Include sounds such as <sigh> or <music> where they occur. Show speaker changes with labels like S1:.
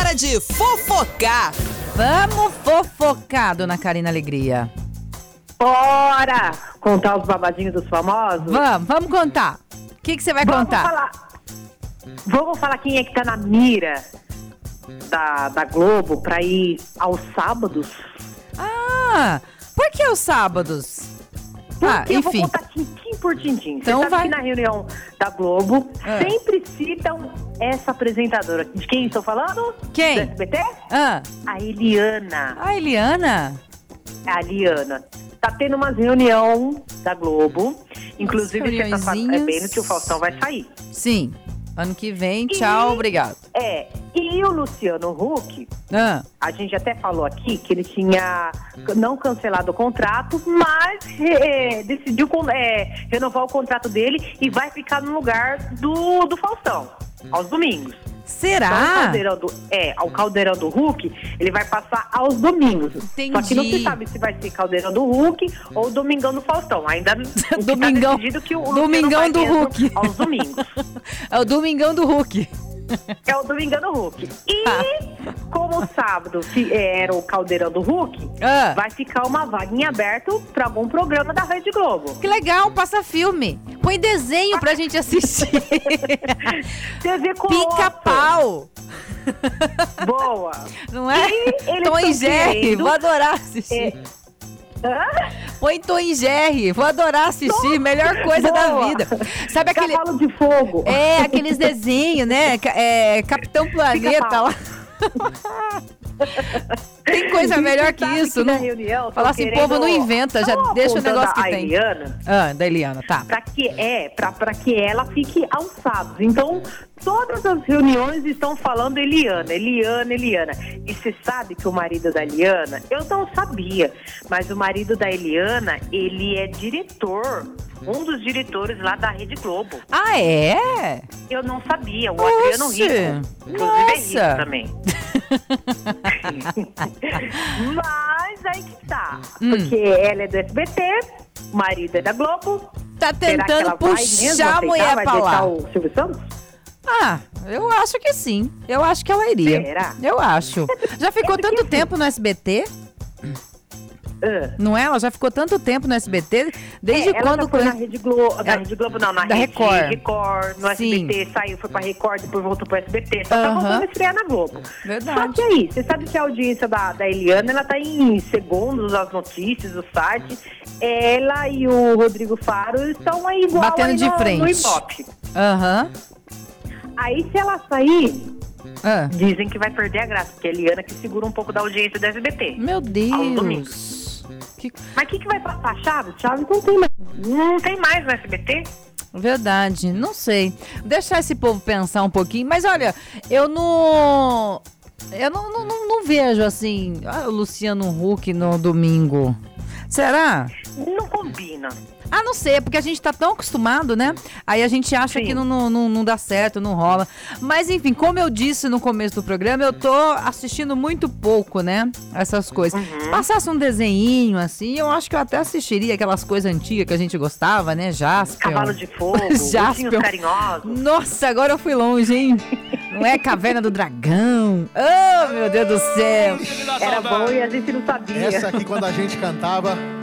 S1: é de fofocar.
S2: Vamos fofocar, dona Karina Alegria.
S3: Bora contar os babadinhos dos famosos?
S2: Vamos, vamos contar. O que que você vai
S3: Vamos
S2: contar?
S3: falar. Vamos falar quem é que tá na mira da, da Globo pra ir aos sábados?
S2: Ah, por que os sábados? Ah,
S3: Porque eu vou
S2: enfim.
S3: contar tintim por tintim.
S2: Então
S3: Você sabe
S2: vai.
S3: que na reunião da Globo
S2: Ah.
S3: sempre citam essa apresentadora. De quem estou falando?
S2: Quem?
S3: Do SBT?
S2: Ah,
S3: A Eliana.
S2: a Eliana?
S3: a Liana. Tá tendo uma reunião da Globo. Inclusive, sexta-feira é
S2: reuniõezinhas.
S3: bem no que o Faustão vai sair.
S2: Sim. Ano que vem, tchau,
S3: E-
S2: obrigado.
S3: É, e o Luciano Huck,
S2: Ah,
S3: a gente até falou aqui que ele tinha não cancelado o contrato, mas é, decidiu con- é, renovar o contrato dele e vai ficar no lugar do, do Faustão, aos domingos. Então, o
S2: será?
S3: caldeirão do, é, o caldeirão do Hulk, ele vai passar aos domingos. Só que não
S2: Entendi.
S3: se sabe se vai ser caldeirão do Hulk ou domingão do
S2: <laughs>
S3: Faustão. Ainda o que tá
S2: Domingão-
S3: decidido que o Luciano
S2: Domingão
S3: vai
S2: do
S3: mesmo
S2: Hulk.
S3: Aos domingos.
S2: É o Domingão do Hulk.
S3: É o domingão
S2: <laughs>
S3: do Hulk. E como o sábado se era o caldeirão do Hulk,
S2: Ah.
S3: vai ficar uma vaguinha aberta para algum programa da Rede Globo.
S2: Que legal, passa filme. Põe desenho pra gente assistir.
S3: <laughs> TV com
S2: Pica-pau. <laughs>
S3: Boa.
S2: Não é?
S3: E eles
S2: Tom e
S3: tão
S2: Jerry,
S3: querendo-
S2: vou adorar assistir.
S3: Hã?
S2: Põe Tom e Jerry, vou adorar assistir. Melhor coisa da
S3: Boa.
S2: vida. Sabe aquele.
S3: Cavalo de fogo.
S2: É, aqueles desenhos, né? Ca- é, Capitão Planeta
S3: Pica-pau.
S2: lá. Tem coisa
S3: E
S2: melhor
S3: você
S2: que
S3: sabe
S2: isso,
S3: na
S2: não?
S3: reunião tão
S2: Falar assim,
S3: querendo-
S2: povo, não inventa, já
S3: Tão
S2: deixa o
S3: apontando
S2: negócio que
S3: a
S2: tem.
S3: Eliana,
S2: Ah, da Eliana, tá.
S3: pra que é, pra, pra que ela fique aos sábados. Então, todas as reuniões estão falando Eliana, Eliana, Eliana. E você sabe que o marido da Eliana, eu não sabia, mas o marido da Eliana, ele é diretor, um dos diretores lá da Rede Globo.
S2: Ah, é?
S3: Eu não sabia, o Adriano
S2: Oxe!
S3: Rico. Inclusive é
S2: Nossa!
S3: rico
S2: <laughs>
S3: também. Mas aí que tá.
S2: Hum.
S3: Porque ela é do SBT, o marido é da Globo.
S2: Tá
S3: Será que
S2: tentando
S3: ela vai mesmo
S2: puxar a
S3: aceitar?
S2: mulher
S3: vai
S2: pra
S3: deixar
S2: lá.
S3: o Silvio Santos?
S2: Ah, eu acho que sim. Eu acho que ela iria.
S3: Será? É
S2: Eu acho. Já ficou
S3: porque
S2: tanto
S3: assim-
S2: tempo no SBT,
S3: Ah.
S2: não é? Ela já ficou tanto tempo no SBT. Desde
S3: É, ela
S2: quando.
S3: já foi na Rede Globo, na
S2: É,
S3: Rede Globo não, na
S2: da
S3: Rede
S2: Record.
S3: Record, no
S2: Sim.
S3: SBT, saiu, foi pra Record, depois voltou pro SBT, só tá
S2: Aham.
S3: voltando a estrear na Globo.
S2: Verdade.
S3: Só que aí, você sabe que a audiência da, da Eliana, ela tá em segundos as notícias, o site, ela e o Rodrigo Faro estão aí igual
S2: Batendo
S3: aí
S2: de
S3: no,
S2: frente.
S3: no Ibope.
S2: Aham.
S3: Aí se ela sair,
S2: Ah.
S3: dizem que vai perder a graça, porque é a Eliana que segura um pouco da audiência do SBT.
S2: Meu Deus.
S3: domingos.
S2: Que
S3: Mas o que, que vai passar? Chaves? Chaves não tem mais. Não tem mais no SBT?
S2: Verdade, não sei. Deixar esse povo pensar um pouquinho, mas olha, eu não. Eu não, não, não- não vejo assim ah, o Luciano Huck no domingo. Será?
S3: Não combina.
S2: Ah, não sei, é porque a gente tá tão acostumado, né? Aí a gente acha
S3: Sim.
S2: que não, não, não- não dá certo, não rola. Mas enfim, como eu disse no começo do programa, eu tô assistindo muito pouco, né? Essas coisas.
S3: Uhum.
S2: Se passasse um desenhinho assim, eu acho que eu até assistiria aquelas coisas antigas que a gente gostava, né? Jasper.
S3: Cavalo de fogo,
S2: Jaspion.
S3: ursinhos carinhosos.
S2: Nossa, agora eu fui longe, hein? Não é Caverna do Dragão? Oh, meu Deus do céu!
S3: Era bom e a gente não sabia.
S4: Essa aqui, quando a gente cantava,